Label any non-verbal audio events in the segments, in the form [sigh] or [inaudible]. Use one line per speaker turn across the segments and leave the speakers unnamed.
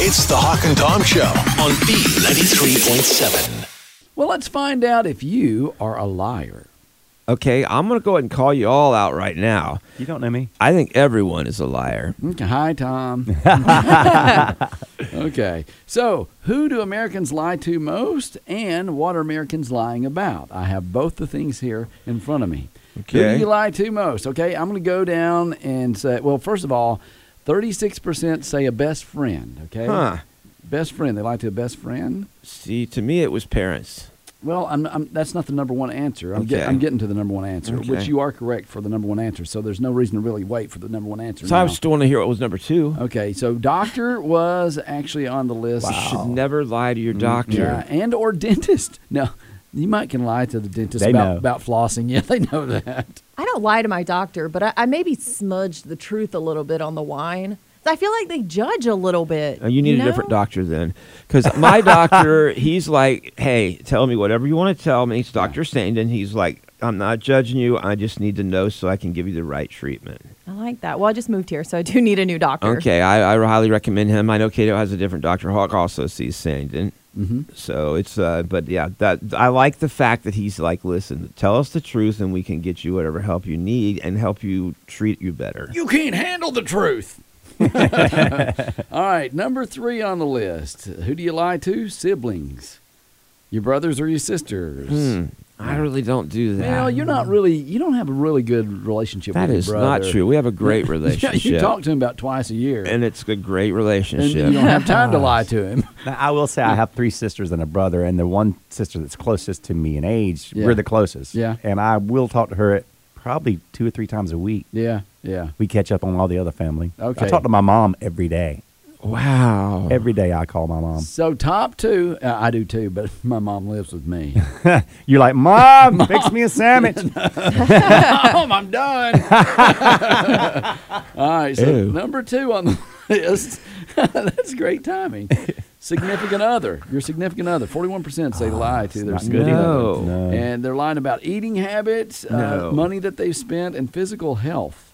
It's the Hawk and Tom Show on B93.7.
Well, let's find out if you are a liar.
Okay, I'm going to go ahead and call you all out right now.
You don't know me.
I think everyone is a liar.
Okay, hi,
[laughs]
Tom. [laughs] okay, so who do Americans lie to most and what are Americans lying about? I have both the things here in front of me. Who
Okay.
do you lie to most? Okay, I'm going to go down and say, well, first of all, 36% say a best friend, okay?
Huh.
Best friend. They lie to a best friend.
See, to me, it was parents.
Well, I'm, I'm, that's not the number one answer. I'm, get,
Okay.
I'm getting to the number one answer, which
Okay.
you are correct for the number one answer. So there's no reason to really wait for the number one answer.
So I
now.
just want to hear what was number two.
Oh,
okay, so doctor was actually on the list.
You should never lie to your
Mm,
doctor.
Yeah, and or dentist. [laughs] No, you might can lie to the dentist
They
about,
know.
about flossing. [laughs] Yeah, they know that.
I don't lie to my doctor, but I, I maybe smudged the truth a little bit on the wine. I feel like they judge a little bit.
Uh, You need a
know?
different doctor then. Because
[laughs]
my doctor, he's like, hey, tell me whatever you want to tell me. It's Dr. Sandon. He's like, I'm not judging you. I just need to know so I can give you the right treatment.
I like that. Well, I just moved here, so I do [laughs] need a new doctor.
Okay, I, I highly recommend him. I know Cato has a different Dr. Hawk also sees Sandon.
Mm-hmm.
So it's uh, but yeah, that I like the fact that he's like, listen, tell us the truth, and we can get you whatever help you need and help you treat you better.
You can't handle the
[laughs]
truth. All right, number three on the list. Who do you lie to? Siblings, your brothers or your sisters.
Hmm, I really don't do that.
Well, you're not really. You don't have a really good relationship.
That
with
is
your brother.
not true.
[laughs]
We have a great
Yeah,
relationship.
you talk to him about twice a year,
and it's a great
and you
relationship.
don't have time to lie to him. [laughs]
Now, I will say I have three sisters and a brother, and the one sister that's closest to me in age,
Yeah.
we're the closest.
Yeah.
And I will talk to her probably two or three times a week.
Yeah, yeah.
We catch up on all the other family.
Okay. Oh.
I talk to my mom every day.
[laughs] wow.
Every day I call my mom.
So top two, uh, I do too, but [laughs] my mom lives with me.
[laughs]
[laughs]
You're like, Mom, fix me a sandwich.
Mom, Oh, I'm done. [laughs] All right, so
Ew.
number two on the [laughs] list. That's great
[laughs]
timing. Significant other, your significant other. Forty-one percent say
Oh,
lie to their
not good
significant
no.
other,
No.
and they're lying about eating habits, uh,
Uh, No.
money that they've spent, and physical health.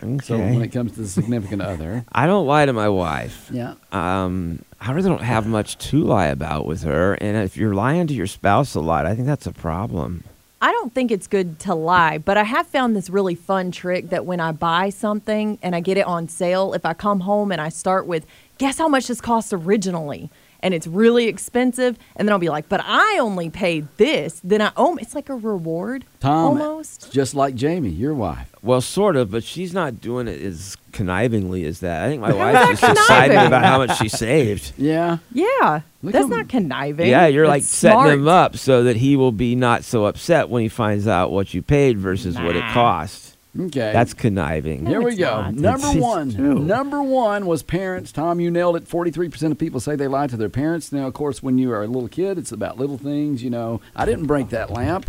So when
Okay.
it comes to the significant other, uh,
I don't lie to my wife.
[laughs] yeah,
Um, I really don't have much to lie about with her. And if you're lying to your spouse a lot, I think that's a problem.
I don't think it's good to lie, but I have found this really fun trick that when I buy something and I get it on sale, if I come home and I start with, guess how much this cost originally? And it's really expensive, and then I'll be like, but I only paid this. Then I own it's like a reward
Tom,
almost.
just like Jamie, your wife.
Well, sort of, but she's not doing it as connivingly as that. I think my
How's
wife is
that
excited
conniving?
about how much she
[laughs]
saved.
Yeah,
Yeah,
Look
that's
how-
not conniving.
Yeah, you're like
That's
setting
smart.
him up so that he will be not so upset when he finds out what you paid versus what it cost.
okay,
That's conniving.
Here we
it's
go.
not.
Number
It's- it's
one.
true.
Number one was parents. Tom, you nailed it. Forty-three percent of people say they lie to their parents. Now, of course, when you are a little kid, it's about little things. You know, I didn't break that lamp.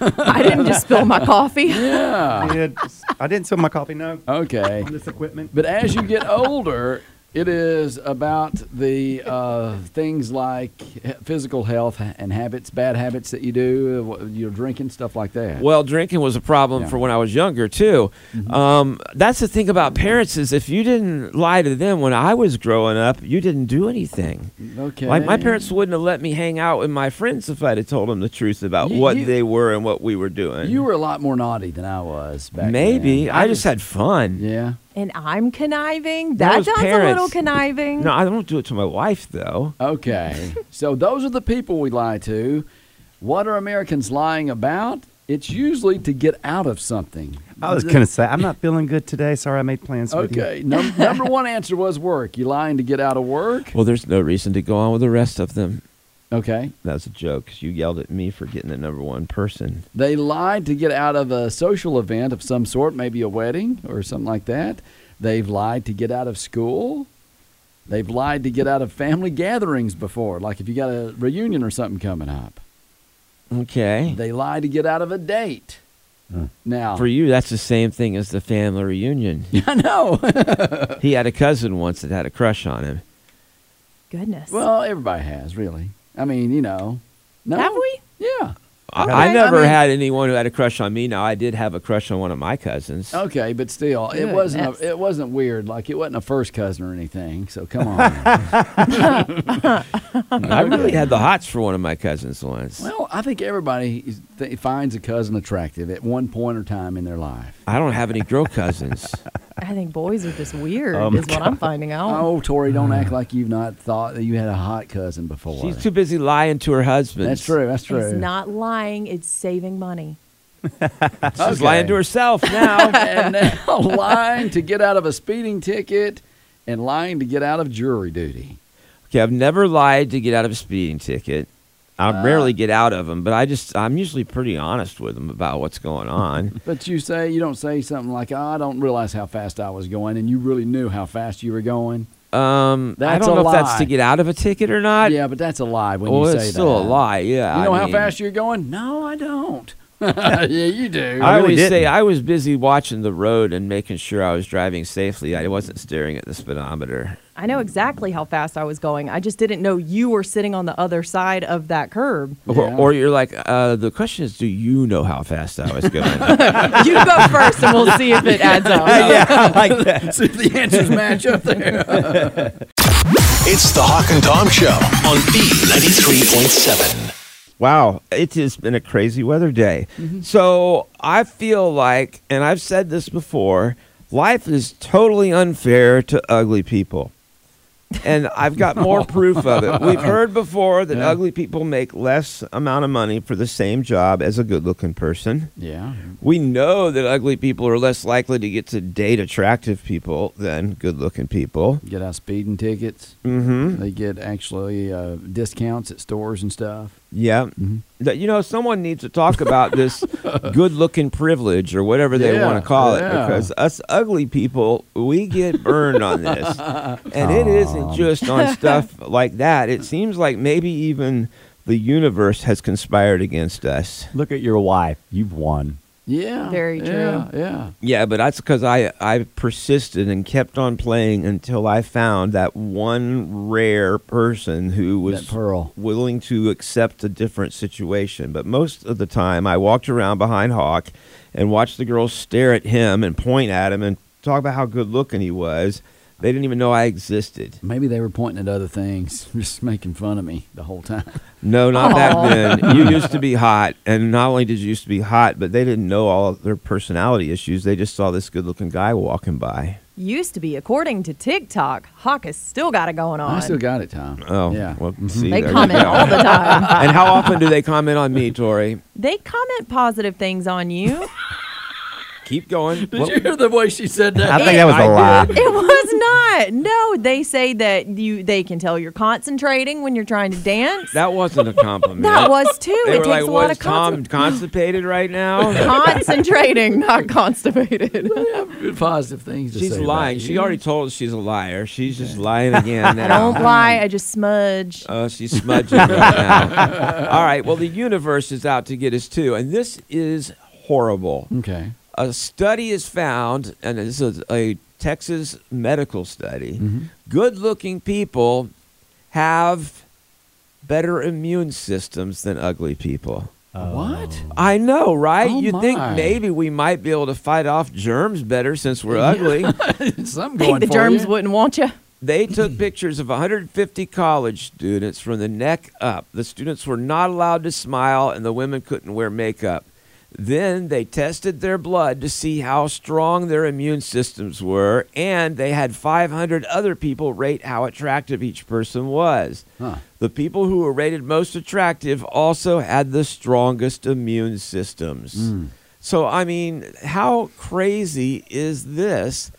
I didn't just spill my coffee.
Yeah.
I did- I didn't spill my coffee, no.
Okay.
This equipment.
Oh. But as you get older, it is about the uh, things like h- physical health and habits, bad habits that you do, uh, wh- your drinking, stuff like that.
Well, drinking was a problem
Yeah. Mm-hmm.
for when I was younger too. Um, that's the thing about parents is if you didn't lie to them when I was growing up, you didn't do anything.
Okay.
Like my parents wouldn't have let me hang out with my friends if I'd have told them the truth about
You-
what
you-
they were and what we were doing.
You were a lot more naughty than I was back then.
Maybe I, just had fun.
Yeah.
[laughs] and I'm conniving.
That
That
was
sounds a little
parents.
conniving.
No, I don't do it to my wife though. [laughs]
Okay. so those are the people we lie to. What are Americans lying about? It's usually to get out of something.
I was gonna say I'm not feeling good today. Sorry, I made plans. With you.
Okay. Num-
[laughs]
number one answer was work. You lying to get out of work?
Well, there's no reason to go on with the rest of them.
Okay.
That was a joke. 'cause you yelled at me for getting the number one person.
They lied to get out of a social event of some sort, maybe a wedding or something like that. They've lied to get out of school. They've lied to get out of family gatherings before, like if you got a reunion or something coming up.
Okay.
They lie to get out of a date. Now,
For you, that's the same thing as the family reunion.
[laughs] I know. [laughs]
he had a cousin once that had a crush on him.
Goodness.
well, everybody has, really. I mean, you know. No?
Have we?
Yeah.
I, I
Okay.
never
I mean-
had anyone who had a crush on me. Now I did have a crush on one of my cousins.
Okay, but still, it
Good.
wasn't
That's-
a, it wasn't weird. Like it wasn't a first cousin or anything. So come
[laughs]
on. [laughs]
I really had the hots for one of my cousins once.
well, I think everybody is, th- finds a cousin attractive at one point or time in their life.
I don't have any
[laughs]
girl cousins.
I think boys are just weird,
Oh, my
is what I'm finding out.
Oh, Tori, don't act like you've not thought that you had a hot cousin before.
Uh. She's too busy lying to her husband.
that's true. That's true.
it's not lying, it's saving money.
She's lying to
[laughs]
herself now.
and now lying to get out of a speeding ticket and lying to get out of jury duty.
okay, I've never lied to get out of a speeding ticket. I
Uh.
rarely get out of them, but I just I'm usually pretty honest with them about what's
[laughs]
going on.
But you say you don't say something like, oh, "I don't realize how fast I was going," and you really knew how fast you were going.
Um, I
That's
don't
a
know if that's to
lie.
get out of a ticket or not.
yeah, but that's a lie when
well,
you say
it's still
that.
a lie. Yeah.
You know
I
how
mean,
fast you're going? No, I don't. [laughs] yeah, you do.
I,
really
always say
didn't.
I was busy watching the road and making sure I was driving safely. I wasn't staring at the speedometer.
I know exactly how fast I was going. I just didn't know you were sitting on the other side of that curb.
Or,
Yeah.
or you're like, uh, the question is, do you know how fast I was going?
[laughs]
You go first and we'll see if it adds up.
I
[laughs]
like that.
See if the answers match up there.
[laughs]
It's the Hawk and Tom Show on B93.7.
Wow, it has been a crazy weather day. So I feel like, and I've said this before, life is totally unfair to ugly people. And I've got more proof of it. We've heard before that ugly people make less amount of money for the same job as a good looking person.
yeah.
We know that ugly people are less likely to get to date attractive people than good looking people.
Get out speeding tickets. Mm-hmm. They get actually uh, discounts at stores and stuff.
Yeah.
Mm-hmm.
That you know, someone needs to talk about
[laughs]
this good looking privilege or whatever they
Yeah,
want to call it.
yeah.
Because us ugly people, we get burned on this. And it isn't just on stuff like that. It seems like maybe even the universe has conspired against us.
Look at your wife. You've won.
Yeah.
Very true.
Yeah. yeah.
Yeah, but that's because I, I persisted and kept on playing until I found that one rare person who was
That pearl.
willing to accept a different situation. But most of the time, I walked around behind Hawk and watched the girls stare at him and point at him and talk about how good looking he was. They didn't even know I existed.
Maybe they were pointing at other things, [laughs] just making fun of me the whole time.
No, not back then. You used to be hot, and not only did you used to be hot, but they didn't know all their personality issues. They just saw this good looking guy walking by.
Used to be, according to TikTok, Hawk has still got it going on.
I still got it, Tom.
Oh,
yeah.
Well, see,
they
there you
comment
go.
all the time.
And how often do they comment on me, Tori?
They comment positive things on you.
Keep going.
Did you hear the way she said that?
I think that was a lie.
It was not. No, they say that you they can tell you're concentrating when you're trying to dance.
That wasn't a compliment.
That was too.
They
it
were
takes
like,
a
"What
lot
is
of
Tom
concentration.
constipated
[laughs]
right now?"
[laughs] concentrating, not constipated.
Good [laughs] positive things to
she's
say about
lying.
you.
She already told us she's a liar. She's just
[laughs]
lying again
I
now.
don't lie, I just smudge.
Oh, she's smudging
[laughs]
right now. All right. Well, the universe is out to get us too, and this is horrible.
Okay.
a study is found, and this is a Texas medical study.
Mm-hmm.
Good looking people have better immune systems than ugly people.
Oh.
What? [laughs]
I know, right?
Oh,
you think
my.
maybe we might be able to fight off germs better since
[laughs]
we're ugly.
Something
[laughs] Think
going
the
for
germs
you.
wouldn't want you.
They took pictures of 150 college students from the neck up. The students were not allowed to smile, and the women couldn't wear makeup. Then they tested their blood to see how strong their immune systems were, and they had 500 other people rate how attractive each person was.
Huh.
The people who were rated most attractive also had the strongest immune systems.
Hmm.
So, I mean, how crazy is this?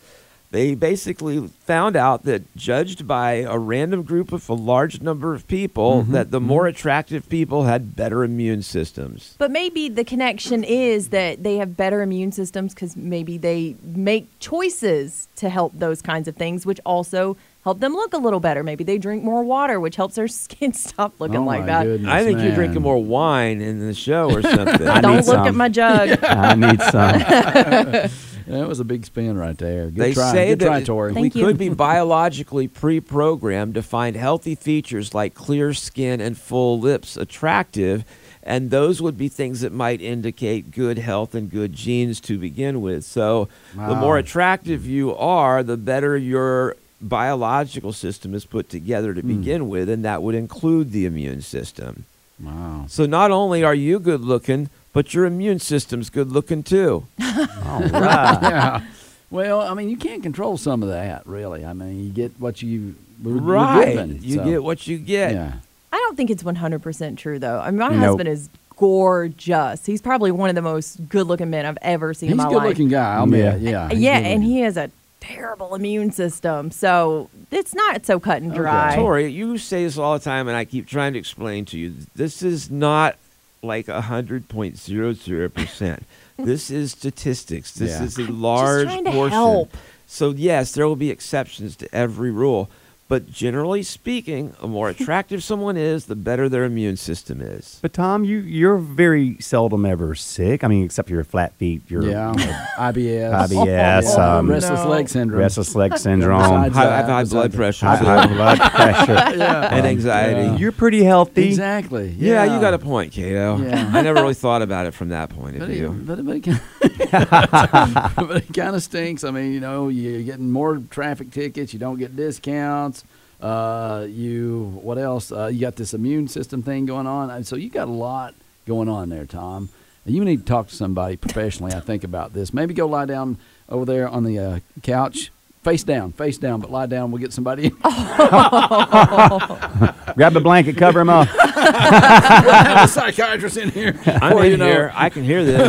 They basically found out that, judged by a random group of a large number of people,
Mm-hmm,
that the more attractive people had better immune systems.
But maybe the connection is that they have better immune systems because maybe they make choices to help those kinds of things, which also help them look a little better. Maybe they drink more water, which helps their [laughs] skin stop looking
Oh,
like
my
that.
goodness,
I think you're
man.
drinking more wine in the show
[laughs]
or something.
I
Don't
need
look
some.
at my jug.
[laughs]
I need some.
That was a big spin right there. Good
they
try.
say
Good
that
try,
it-
Tori.
we
Thank you.
could be biologically pre-programmed to find healthy features like clear skin and full lips attractive, and those would be things that might indicate good health and good genes to begin with. So, the more
Wow.
attractive you are, the better your biological system is put together
Hmm.
to begin with, and that would include the immune system.
[laughs] Wow.
So, not only are you good looking, but your immune system's good looking too.
All right.
yeah. [laughs] Well, I mean, you can't control some of that, really. I mean, you get what you were were
right.
given.
you
so,
get what you get.
Yeah.
I don't think it's 100% true, though. I mean, my
Nope.
husband is gorgeous. He's probably one of the most good looking men I've ever seen
He's
in
a
my
good
life.
looking guy. I'll
Yeah.
admit. Yeah. he's
yeah,
good
and
looking.
he has a terrible immune system. So it's not so cut and dry.
Tori, you say this all the time, and I keep trying to explain to you. This is not like
[laughs]
100.00%. this is statistics. This
Yeah.
is a large
trying to
portion.
help.
So, yes, there will be exceptions to every rule. But generally speaking, the
[laughs]
more attractive someone is, the better their immune system is.
But Tom, you you're very seldom ever sick. I mean, except for your flat feet, your
Yeah. IBS. [laughs]
IBS, um,
restless
No.
leg syndrome.
restless leg syndrome,
Besides-
High,
uh,
I've high
besides
blood
that-
pressure
high
so-
high blood pressure,
[laughs] Yeah.
[laughs] and anxiety.
yeah.
you're pretty healthy.
Exactly.
Yeah, you got a point, Kato.
Yeah.
I never really thought about it from that point of
But it,
view.
but, it, but, it kind
[laughs]
of, [laughs] but it kind of stinks. I mean, you know, you're getting more traffic tickets. You don't get discounts. Uh, you what else? Uh, you got this immune system thing going on. And So you got a lot going on there, Tom. And You need to talk to somebody professionally. I think about this. Maybe go lie down over there on the uh, couch, face down, face down, but lie down. We'll get
[laughs]
somebody. [laughs]
Grab a blanket, cover
[laughs]
him up.
have a psychiatrist in here.
I'm
Or,
in
you know,
here. I can hear this.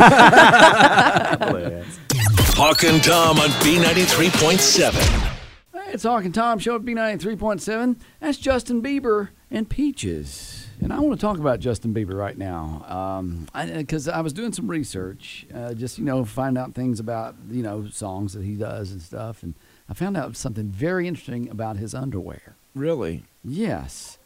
Hawk and Tom on B93.7.
Hey, it's Hawk and Tom Show at B93.7. That's Justin Bieber and Peaches. And I want to talk about Justin Bieber right now because I, was doing some research, uh, just, you know, find out things about, you know, songs that he does and stuff. And I found out something very interesting about his underwear.
Really?
Yes.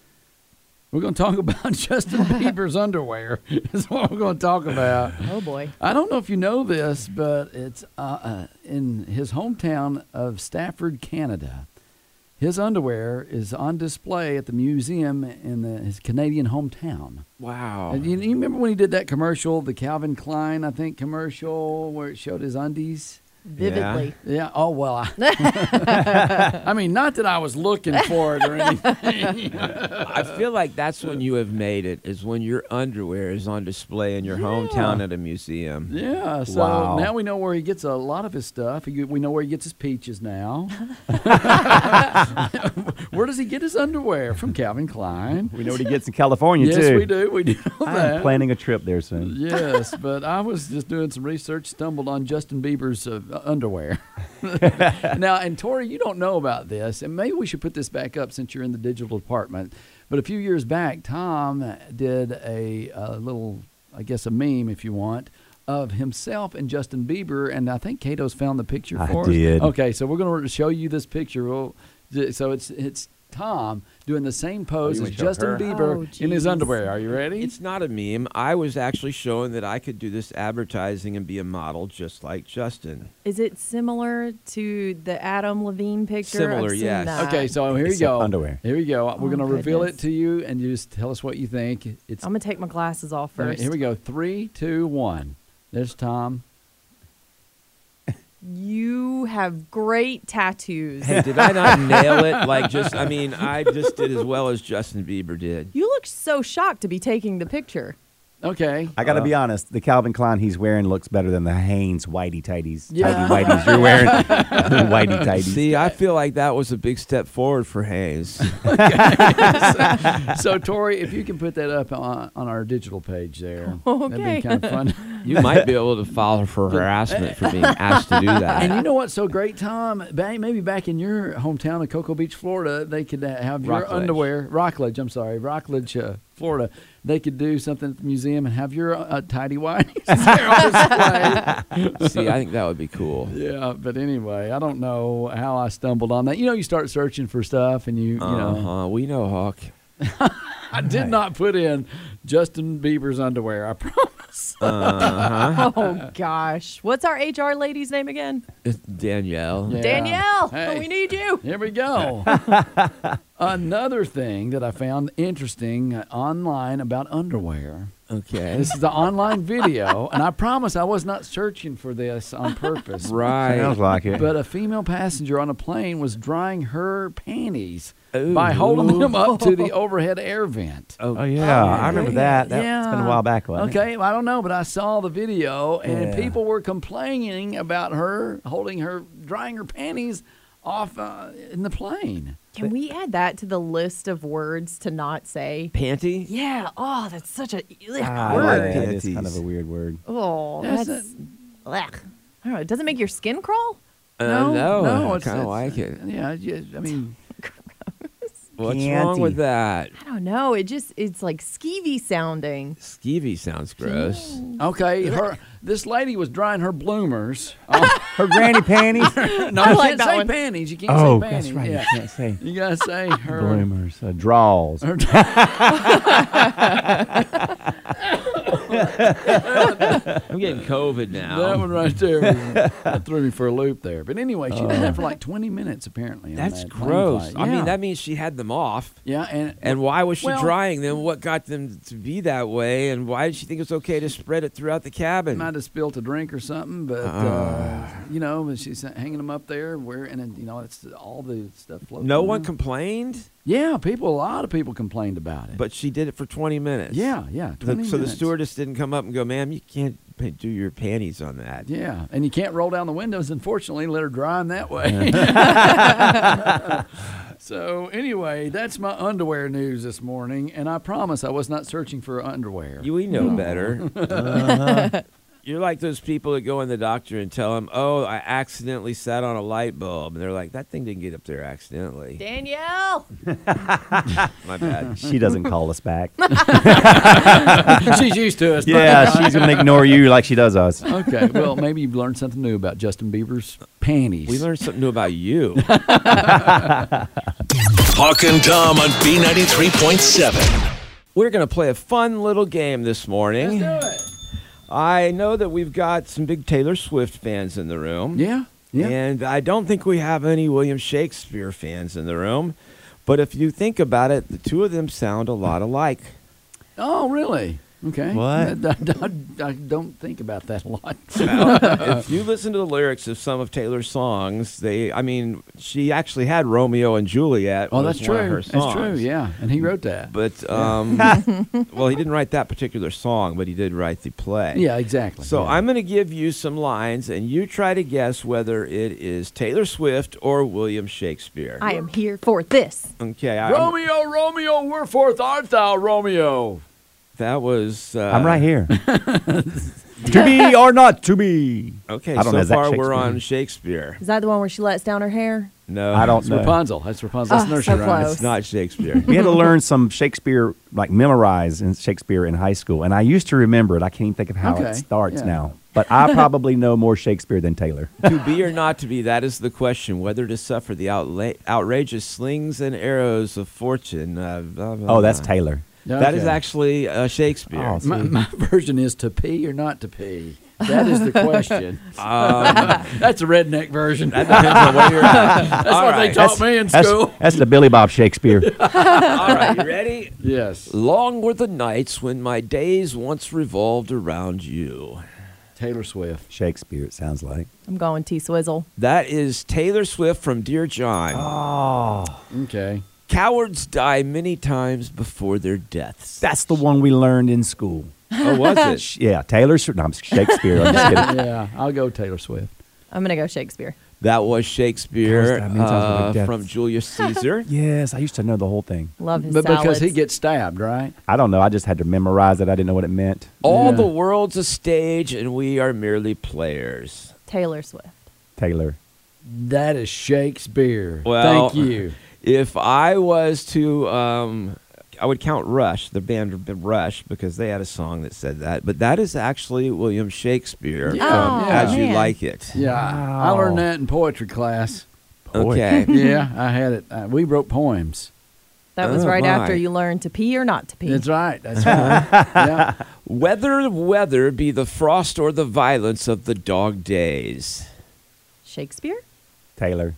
We're going to talk [laughs] about Justin Bieber's underwear. That's what we're going to talk about.
Oh, boy.
I don't know if you know this, but it's uh, uh, in his hometown of Stafford, Canada. His underwear is on display at the museum in the, his Canadian hometown.
Wow.
And you, you remember when he did that commercial, the Calvin Klein, I think, commercial where it showed his undies?
Vividly.
Yeah. Oh well. I, I [laughs] mean, not that I was looking for it or anything.
I feel like that's when you have made it is when your underwear is on display in your hometown at a museum.
Yeah. So
Wow.
now we know where he gets a lot of his stuff. He, we know where he gets his peaches now. [laughs] where does he get his underwear from? Calvin Klein.
We know what he gets in California
yes,
too.
we do. We do know that.
I'm planning a trip there soon.
Yes, but I was just doing some research, stumbled on Justin Bieber's uh,
[laughs]
underwear. now, and Tori, you don't know about this, and maybe we should put this back up since you're in the digital department. But a few years back, Tom did a, a little, I guess, a meme, if you want, of himself and Justin Bieber, and I think Kato's found the picture
I
for
did.
us. Okay, so we're going to show you this picture. We'll, so it's it's Tom doing the same pose
Oh, you
as
wanna show
Justin
her?
Bieber
Oh,
in his
geez.
underwear. Are you ready?
It's not a meme. I was actually showing that I could do this advertising and be a model just like Justin.
Is it similar to the Adam Levine picture?
Similar,
I've seen
yes.
that.
Okay, so here you
Except
go.
underwear.
Here we go. We're
Oh,
going to reveal it
goodness.
to you, and you just tell us what you think. It's
I'm gonna take my glasses off
all right,
first.
here we go. Three, two, one. There's Tom.
You have great tattoos.
Hey, did I not nail it? Like just I mean, I just did as well as Justin Bieber did.
[laughs]
You look so shocked to be taking the picture.
Okay.
I got to be honest. The Calvin Klein he's wearing looks better than the Hanes whitey tighties.
Yeah.
Tidy whiteys
[laughs]
you're wearing. whitey tighties.
See, I feel like that was a big step forward
[laughs]
for Hayes.
Uh, so, Tori, if you can put that up on, on our digital page
[laughs]
there, that'd be
Okay.
kind of
[laughs]
fun.
you might be able to file her for harassment for being asked to
[laughs]
do
And you
that.
know what's so great, Tom? Ba- Maybe back in your hometown of Cocoa Beach, Florida, they could uh, have your
Rockledge.
underwear, Rockledge, I'm sorry, Rockledge, uh, Florida. They could do something at the museum and have your uh, tidy [laughs] whities there on display.
See, I think that would be cool.
yeah, but anyway, I don't know how I stumbled on that. You know, you start searching for stuff and you, you know.
Uh-huh. We know, Hawk.
I did not put in Justin Bieber's underwear. I promise.
Oh gosh, what's our HR lady's name again?
It's Danielle.
Yeah.
Danielle.
Hey.
We need you.
Here we go. Another thing that I found interesting uh, online about underwear.
Okay. [laughs]
This is the online video, and I promise I was not searching for this on
[laughs]
purpose.
right.
Sounds like it.
But a female passenger on a plane was drying her panties
Ooh.
by holding them up to the overhead air vent.
oh yeah, I remember that. That's been a while back. Wasn't it?
okay, well, I don't know, but I saw the video, and
Yeah.
people were complaining about her holding her, drying her panties off uh, in the plane.
Can we add that to the list of words to not say?
Panty?
Yeah. Oh, that's such a ugh,
Ah, I
word.
like that. It's kind
Panties.
of a weird word.
Oh,
That's
that's. ugh. I don't know. It doesn't make your skin crawl.
Uh,
No,
no,
no,
I
it's-
kind
it's-
of like it.
Yeah, yeah, I mean,
What's wrong with
Panty.
that?
I don't know. It just it's like skeevy sounding.
Skeevy sounds gross.
okay, her this lady was drying her bloomers. on- [laughs]
Her granny
[laughs]
panties.
no,
I
you
like
can't
that
say
one.
panties. You can't
oh,
say
that's
panties.
right.
Yeah.
You can't say
You gotta say her.
bloomers.
[laughs]
Uh, draws.
her
I'm getting COVID
That
now.
one right there was- that threw me for a loop there. But anyway, she did that for like 20 minutes apparently. on
That's
that plane
gross.
flight.
I
Yeah.
mean, that means she had them off.
yeah, and,
And why was she
Well-
drying them? What got them to be that way? And why did she think it was okay to spread it throughout the cabin?
might have spilt a drink or something, but uh, you know, but she's hanging them up there. Where and then, you know, it's all the stuff floating.
no one
around.
complained,
Yeah, people. A lot of people complained about it.
but she did it for 20 minutes.
yeah, yeah.
The-
20
so the
minutes.
stewardess didn't come up and go, ma'am, you can't pa- do your panties on that.
Yeah, and you can't roll down the windows, unfortunately, let her dry them that way.
[laughs]
so, anyway, that's my underwear news this morning, and I promise I was not searching for underwear.
You, we
Hmm.
know better.
Uh-huh.
You're like those people that go in the doctor and tell them, oh, I accidentally sat on a light bulb. And they're like, that thing didn't get up there accidentally.
Danielle.
My
[laughs]
bad.
She doesn't call
[laughs]
us back.
She's used to us.
yeah,
[laughs]
she's gonna ignore you like she does us.
okay, well, maybe you've learned something new about Justin Bieber's panties.
we learned something new about you.
[laughs] Hawk and Tom on B93.7.
We're going to play a fun little game this morning. I know that we've got some big Taylor Swift fans in the room.
yeah, yeah.
And I don't think we have any William Shakespeare fans in the room. But if you think about it, the two of them sound a lot alike.
Oh, really? Okay. [laughs]
What?
I, I- I- I don't think about that a lot.
[laughs]
[laughs]
Well, if you listen to the lyrics of some of Taylor's songs, they I mean, she actually had Romeo and Juliet.
oh,
was
that's
one of
true.
her
That's true.
songs.
Yeah, and he wrote that.
But um,
[laughs]
well, he didn't write that particular song, but he did write the play.
yeah, exactly.
So
yeah.
I'm going to give you some lines, and you try to guess whether it is Taylor Swift or William Shakespeare.
I am here for this.
okay, I, I'm-
Romeo, Romeo, wherefore art thou, Romeo?
that was. Uh,
I'm right here. [laughs] to be or not to be.
Okay,
I don't
so
know, is that
far we're
Shakespeare?
on Shakespeare.
Is that the one where she lets down her hair?
No,
I don't
It's
know.
Rapunzel. That's Rapunzel. That's
Oh,
nursery
so
rhyme.
close.
It's not Shakespeare. [laughs]
We had to learn some Shakespeare, like memorize in Shakespeare in high school, and I used to remember it. I can't even think of how
Okay,
it starts
yeah.
now. But I probably know more Shakespeare than Taylor.
to be or not to be, that is the question. Whether to suffer the outla- outrageous slings and arrows of fortune. Uh, blah, blah,
Oh, that's
blah.
Taylor.
That is
Okay.
actually uh, Shakespeare.
Oh,
[laughs]
My, my [laughs] version is to pee or not to pee. That is the question. [laughs] that's a redneck version.
Um, That depends on where you're
[laughs]
at.
that's
all
what they
right.
taught me in
That's,
school.
that's the Billy Bob
[laughs]
Shakespeare.
All right, you ready?
Yes.
Long were the nights when my days once revolved around you.
Taylor Swift.
Shakespeare, it sounds like.
I'm going T Swizzle.
That is Taylor Swift from Dear John.
Oh.
Okay.
Cowards die many times before their deaths.
[laughs] That's the one we learned in school.
Oh, was it?
[laughs] Sh- Yeah, Taylor Swift. No, I'm Shakespeare. I'm just kidding.
[laughs] yeah, I'll go Taylor Swift.
I'm gonna go Shakespeare.
That was Shakespeare
Gosh, that means I was
uh,
really deaf.
from
[laughs]
Julius
[laughs]
Caesar.
[laughs] Yes, I used to know the whole thing.
Love his
But because he
salads.
gets stabbed, right?
I don't know. I just had to memorize it. I didn't know what it meant.
All
Yeah.
the world's a stage, and we are merely players.
Taylor Swift.
Taylor.
That is Shakespeare.
Well-
Thank you.
If I was to, um, I would count Rush, the band Rush, because they had a song that said that. But that is actually William Shakespeare
Yeah.
from
Oh,
As You
man.
Like It.
Yeah, I
Wow.
learned that in poetry
[laughs]
class.
Okay.
[laughs]
yeah, I had it. Uh, we wrote poems.
That was
Oh,
right after
my.
you learned to pee or not to pee.
That's right.
[laughs]
That's right. yeah.
Whether whether be the frost or the violence of the dog days.
Shakespeare.
Taylor.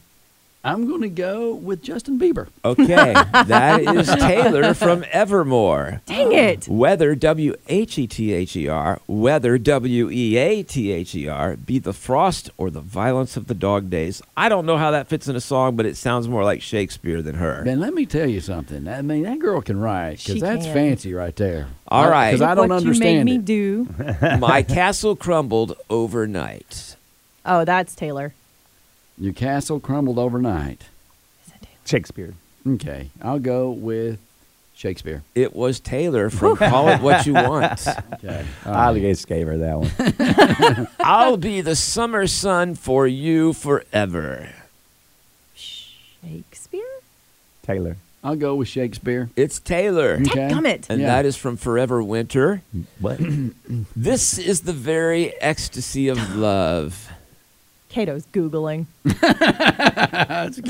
I'm going to go with Justin Bieber.
Okay,
[laughs]
that is Taylor from Evermore.
Dang it!
Whether W H E T H E R, whether W E A T H E R, be the frost or the violence of the dog days. I don't know how that fits in a song, but it sounds more like Shakespeare than her.
[laughs]
Man, let me tell you something. I mean, that girl can write because
She
that's
can.
fancy right there.
All right.
Because I don't
Look what
understand
you made
it.
me
[laughs]
do.
My castle crumbled overnight.
Oh, that's Taylor.
Your castle crumbled overnight.
Is it Taylor?
Shakespeare.
Okay, I'll go with Shakespeare.
It was Taylor from Call It What
[laughs]
You Want.
Okay.
I just gave her that one. [laughs]
I'll be the summer sun for you forever.
Shakespeare.
Taylor.
I'll go with Shakespeare.
It's Taylor.
Okay.
Dadgummit.
And
Yeah.
that is from Forever Winter.
What?
This is the very ecstasy of love.
Cato's googling.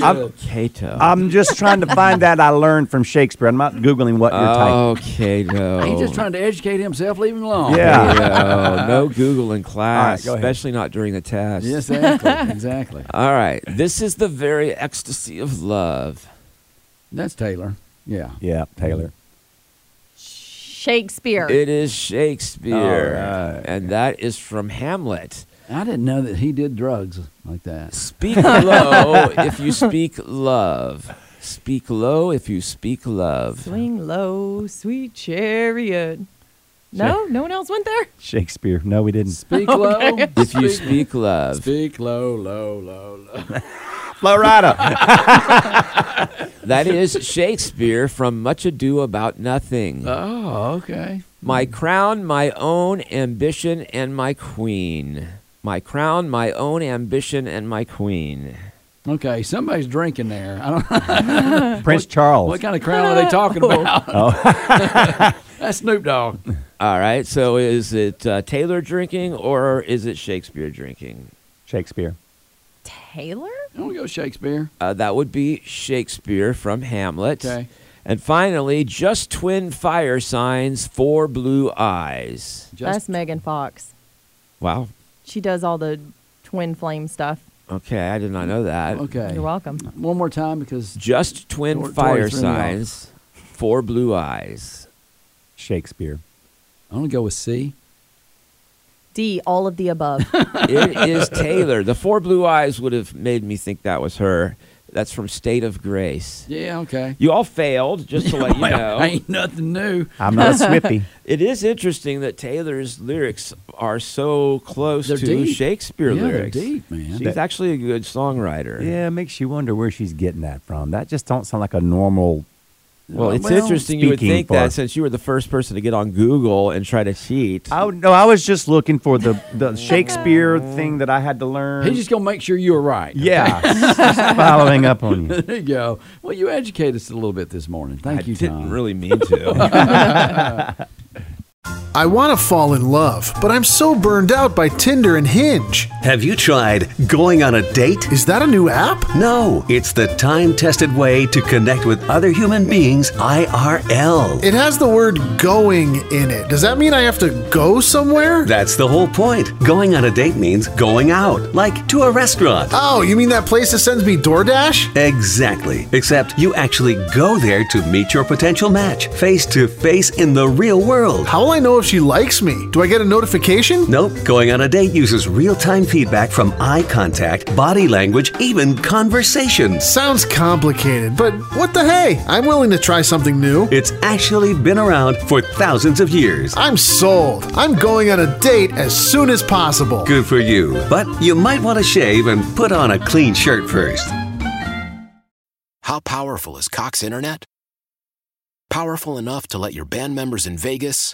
I'm,
Cato.
I'm just trying to find that I learned from Shakespeare. I'm not Googling what you're typing.
Oh, Cato.
He's just trying to educate himself. Leave him alone. [laughs]
Yeah.
Cato. No Google in class,
[laughs] All right, go ahead.
especially not during the test.
Yes, exactly. exactly.
All right. This is the very ecstasy of love.
That's Taylor. Yeah.
Yeah, Taylor.
Shakespeare.
It is Shakespeare.
All right.
And that is from Hamlet.
I didn't know that he did drugs like that. [laughs]
Speak low if you speak love. Speak low if you speak love.
Swing low, sweet chariot. No, no one else went there.
Shakespeare. No, we
[laughs]
didn't.
Speak low.
Oh, If you speak love.
Speak low, low, low, low.
[laughs] Florida.
That is Shakespeare from Much Ado About Nothing.
Oh, okay.
my crown, my own ambition, and my queen. My crown, my own ambition, and my queen.
Okay, somebody's drinking there. I don't know
Prince
Oh.
Charles.
what kind of crown are they talking
[laughs]
about. [laughs] That's Snoop Dogg.
All right, so is it uh, Taylor drinking or is it Shakespeare drinking?
Shakespeare.
Taylor?
I'm gonna go Shakespeare.
Uh, that would be Shakespeare from Hamlet.
Okay.
And finally, just twin fire signs, four blue eyes.
That's Megan Fox.
Wow.
She does all the twin flame stuff.
Okay, I did not know that.
okay.
You're welcome.
One more time because
Just twin
Tor- Tori
fire
threw me off.
signs, four blue eyes.
Shakespeare.
I'm gonna go with C.
D, all of the above.
It is Taylor. The four blue eyes would have made me think that was her. That's from State of Grace.
Yeah, [laughs] okay.
You all failed, just to
[laughs]
let you
Well,
know.
ain't nothing new.
I'm not a Swippy.
It is interesting that Taylor's lyrics are so close
They're
to
deep.
Shakespeare
Yeah, they're
lyrics.
deep, man.
She's actually a good songwriter.
[laughs] Yeah, makes you wonder where she's getting that from. That just don't sound like a normal.
Well, it's
Well,
interesting you would
speaking
think that
for-
since you were the first person to get on Google and try to cheat.
I would- no, I was just looking for the the Shakespeare thing that I had to learn.
He's just gonna make sure you're right.
[laughs] yeah, just following up on you.
[laughs] There you go. Well, you educated us a little bit this morning. Thank
I
you,
didn't
Tom.
really mean to.
I want to fall in love, but I'm so burned out by Tinder and Hinge.
Have you tried going on a date?
Is that a new app?
No, it's the time tested way to connect with other human beings IRL.
It has the word going in it. Does that mean I have to go somewhere?
That's the whole point. Going on a date means going out, like to a restaurant.
Oh, you mean that place that sends me DoorDash?
Exactly. Except you actually go there to meet your potential match face to face in the real world.
How will I know if she likes me. Do I get a notification?
Nope, going on a date uses real time feedback from eye contact, body language, even conversations.
Sounds complicated, but what the hey? I'm willing to try something new.
It's actually been around for thousands of years.
I'm sold. I'm going on a date as soon as possible.
Good for you. But you might want to shave and put on a clean shirt first.
How powerful is Cox Internet? Powerful enough to let your band members in Vegas,